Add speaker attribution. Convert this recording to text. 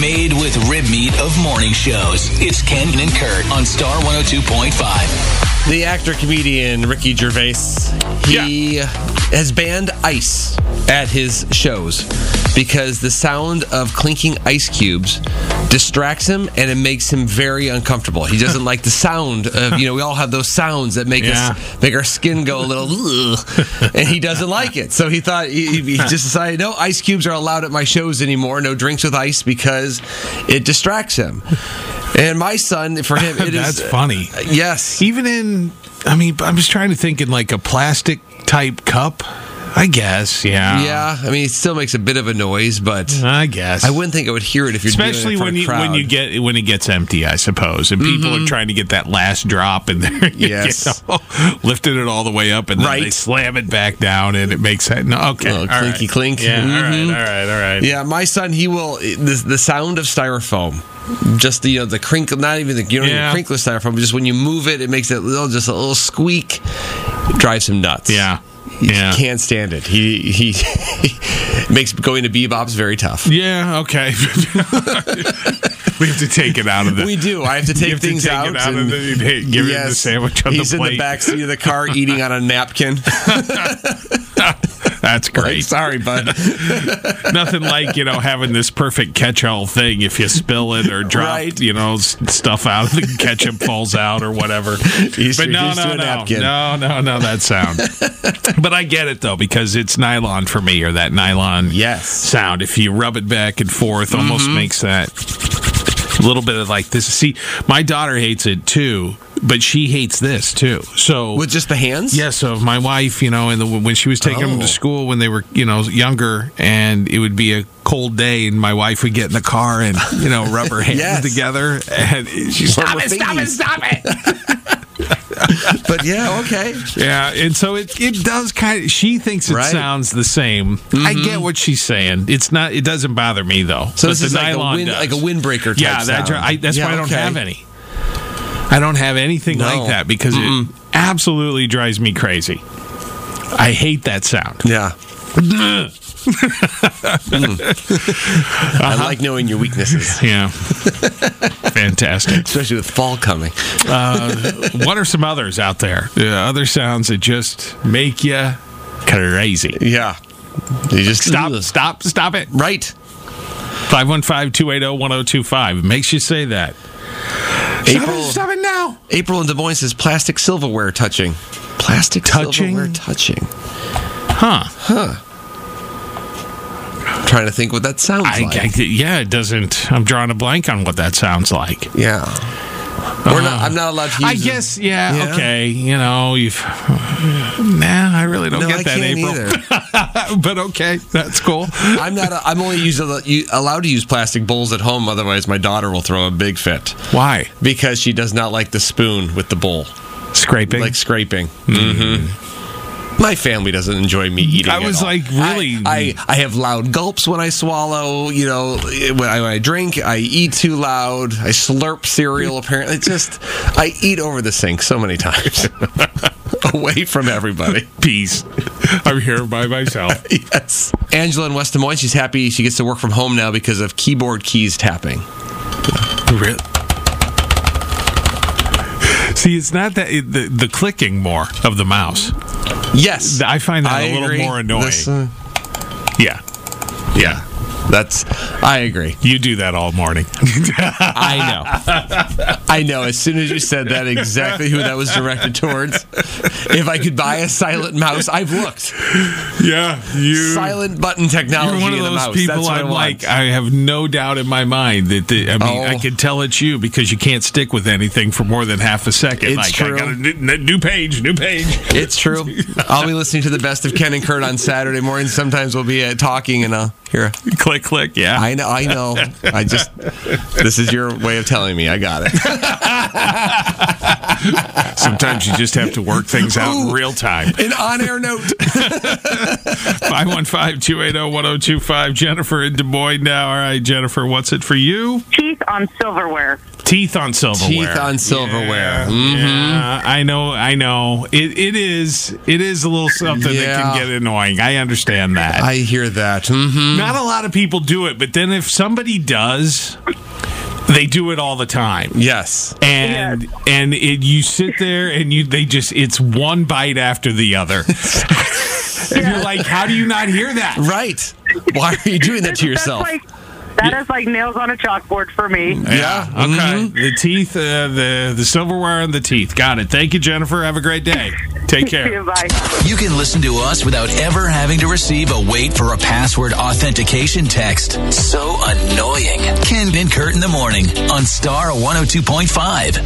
Speaker 1: made with rib meat of morning shows. It's Ken and Kurt on Star 102.5.
Speaker 2: The actor comedian Ricky Gervais, he has banned ice at his shows because the sound of clinking ice cubes distracts him and it makes him very uncomfortable. He doesn't like the sound of you know we all have those sounds that make
Speaker 3: Yeah.
Speaker 2: us make our skin go a little "Ugh," and he doesn't like it. So he thought he, he just decided no ice cubes are allowed at my shows anymore. No drinks with ice because it distracts him. And my son, for him, it is uh,
Speaker 3: That's funny.
Speaker 2: Yes,
Speaker 3: Even in, I mean, I'm just trying to think in like a plastic type cup. I guess, yeah.
Speaker 2: Yeah, I mean, it still makes a bit of a noise, but
Speaker 3: I guess.
Speaker 2: I wouldn't think I would hear it if you're doing it
Speaker 3: Especially
Speaker 2: in front
Speaker 3: when
Speaker 2: of a
Speaker 3: you when
Speaker 2: crowd. Mm-hmm.
Speaker 3: you get when it gets empty, I suppose, and people are trying to get that last drop, and they're you
Speaker 2: Yes.
Speaker 3: know, lifting it all the way up, and then they
Speaker 2: Right.
Speaker 3: slam it back down, and it makes that no, okay,
Speaker 2: Little
Speaker 3: all right.
Speaker 2: clinky clink.
Speaker 3: Yeah, all right,
Speaker 2: Mhm.
Speaker 3: all right, all right.
Speaker 2: Yeah, my son, he will the, the sound of styrofoam, just the you know the crinkle, not even the you know
Speaker 3: Yeah.
Speaker 2: even crinkle styrofoam, but just when you move it, it makes it little just a little squeak, it drives him nuts.
Speaker 3: yeah,
Speaker 2: He
Speaker 3: yeah.
Speaker 2: can't stand it. He he makes going to bebop's very tough.
Speaker 3: Yeah, okay. we have to take it out of the.
Speaker 2: We do. I have to
Speaker 3: you
Speaker 2: take
Speaker 3: have to
Speaker 2: things
Speaker 3: take
Speaker 2: out.
Speaker 3: it out
Speaker 2: and-
Speaker 3: of the, hey, give him the
Speaker 2: Yes.
Speaker 3: sandwich on
Speaker 2: He's
Speaker 3: the
Speaker 2: in
Speaker 3: plate.
Speaker 2: the back seat of the car eating on a napkin.
Speaker 3: That's
Speaker 2: Like,
Speaker 3: great.
Speaker 2: Sorry, bud.
Speaker 3: Nothing like you know having this perfect catch-all thing. If you spill it or drop,
Speaker 2: Right.
Speaker 3: you know, s- stuff out, the ketchup falls out or whatever.
Speaker 2: He's
Speaker 3: but no,
Speaker 2: reduced to
Speaker 3: no,
Speaker 2: a
Speaker 3: no,
Speaker 2: napkin.
Speaker 3: no, no, no, that sound. but I get it though because it's nylon for me, or that nylon
Speaker 2: Yes.
Speaker 3: sound. If you rub it back and forth, almost makes that little bit of like this. See, my daughter hates it too, but she hates this too. So
Speaker 2: With just the hands?
Speaker 3: yeah, so my wife, you know, and the, when she was taking them
Speaker 2: Oh.
Speaker 3: to school when they were, you know, younger, and it would be a cold day, and my wife would get in the car and, you know, rub her hands
Speaker 2: Yes.
Speaker 3: together, and she's
Speaker 2: Rub
Speaker 3: stop
Speaker 2: her
Speaker 3: it, stop it,
Speaker 2: fingies."
Speaker 3: stop it.
Speaker 2: But yeah, okay.
Speaker 3: yeah, and so it it does kind of. She thinks it
Speaker 2: Right. Mm-hmm.
Speaker 3: sounds the same. I get what she's saying. It's not. It doesn't bother me though.
Speaker 2: So
Speaker 3: But
Speaker 2: this
Speaker 3: the
Speaker 2: is like a,
Speaker 3: nylon
Speaker 2: wind,
Speaker 3: does.
Speaker 2: like a windbreaker type
Speaker 3: Yeah, that's
Speaker 2: sound.
Speaker 3: right. I, that's
Speaker 2: Yeah,
Speaker 3: why I don't
Speaker 2: okay.
Speaker 3: have any. I don't have anything
Speaker 2: No.
Speaker 3: like that because
Speaker 2: Mm-mm.
Speaker 3: it absolutely drives me crazy. I hate that sound.
Speaker 2: Yeah. I like knowing your weaknesses,
Speaker 3: Yeah. Fantastic.
Speaker 2: especially with fall coming.
Speaker 3: What are some others out there? Yeah, other sounds that just make you crazy.
Speaker 2: Yeah. You just
Speaker 3: Stop,
Speaker 2: Ugh.
Speaker 3: stop, stop it.
Speaker 2: Right.
Speaker 3: 515 280 1025. Makes you say that.
Speaker 2: April,
Speaker 3: it now.
Speaker 2: April in Des Moines says plastic silverware touching. Plastic
Speaker 3: Touching?
Speaker 2: silverware touching.
Speaker 3: Huh.
Speaker 2: I'm trying to think what that sounds
Speaker 3: I,
Speaker 2: like.
Speaker 3: I- yeah, it doesn't. I'm drawing a blank on what that sounds like.
Speaker 2: yeah. We're not, I'm not allowed to use
Speaker 3: Uh, I
Speaker 2: it.
Speaker 3: guess, yeah,
Speaker 2: Yeah.
Speaker 3: okay. You know, you've. Nah, I really don't
Speaker 2: No,
Speaker 3: get
Speaker 2: I
Speaker 3: that,
Speaker 2: can't
Speaker 3: April.
Speaker 2: either.
Speaker 3: but okay, that's cool.
Speaker 2: I'm not. I'm only use, allowed to use plastic bowls at home. Otherwise, my daughter will throw a big fit
Speaker 3: Why?
Speaker 2: because she does not like the spoon with the bowl,
Speaker 3: Scraping.
Speaker 2: like scraping. Mm-hmm. My family doesn't enjoy me eating.
Speaker 3: I
Speaker 2: at
Speaker 3: was
Speaker 2: all.
Speaker 3: like, really?
Speaker 2: I, I I have loud gulps when I swallow. You know, when I, when I drink, I eat too loud. I slurp cereal. Apparently, It's just I eat over the sink so many times, away from everybody.
Speaker 3: Peace. I'm here by myself.
Speaker 2: Yes. Angela in West Des Moines, she's happy she gets to work from home now because of keyboard keys tapping.
Speaker 3: Re- See, it's not that it, the, the clicking more of the mouse.
Speaker 2: Yes.
Speaker 3: I find that a
Speaker 2: a
Speaker 3: little more annoying. Yeah. Yeah.
Speaker 2: that's, I agree.
Speaker 3: You do that all morning.
Speaker 2: I know. I know. As soon as you said that, exactly who that was directed towards. If I could buy a silent mouse, I've looked.
Speaker 3: yeah. You
Speaker 2: Silent button technology
Speaker 3: You're one of
Speaker 2: in the
Speaker 3: those
Speaker 2: mouse.
Speaker 3: people
Speaker 2: that's what I
Speaker 3: I'm
Speaker 2: want.
Speaker 3: like, I have no doubt in my mind that the, I
Speaker 2: Oh.
Speaker 3: mean, I can tell it's you because you can't stick with anything for more than half a second.
Speaker 2: It's
Speaker 3: like,
Speaker 2: true.
Speaker 3: I got a new, new page, new page.
Speaker 2: It's true. I'll be listening to the best of Ken and Kurt on Saturday morning. Sometimes we'll be uh, talking and I'll hear a
Speaker 3: click, click. Yeah.
Speaker 2: I know, I know. I just this is your way of telling me. I got it.
Speaker 3: Sometimes you just have to work things out in
Speaker 2: Ooh.
Speaker 3: real time.
Speaker 2: An on-air note.
Speaker 3: 515 280 1025. Jennifer in Des Moines now. All right, Jennifer, what's it for you?
Speaker 4: teeth on silverware.
Speaker 3: Teeth on silverware.
Speaker 2: Teeth on silverware.
Speaker 3: Yeah,
Speaker 2: Mhm.
Speaker 3: yeah, I know. I know. It it is. It is a little something that can
Speaker 2: Yeah.
Speaker 3: get annoying. I understand that.
Speaker 2: I hear that. hmm
Speaker 3: Not a lot of people do it, but then if somebody does, they do it all the time.
Speaker 2: Yes.
Speaker 3: And and it, you sit there and you they just it's one bite after the other. and you're like, how do you not hear that?
Speaker 2: Right. Why are you doing that to
Speaker 4: That's
Speaker 2: yourself?
Speaker 4: like, that is like nails on a chalkboard for me.
Speaker 3: Yeah. Okay. The teeth, uh, the the silverware, and the teeth. Got it. Thank you, Jennifer. Have a great day. Take care.
Speaker 4: Bye.
Speaker 1: You can listen to us without ever having to receive a wait for a password authentication text. oh So annoying. Ken and Kurt in the morning on Star 102.5.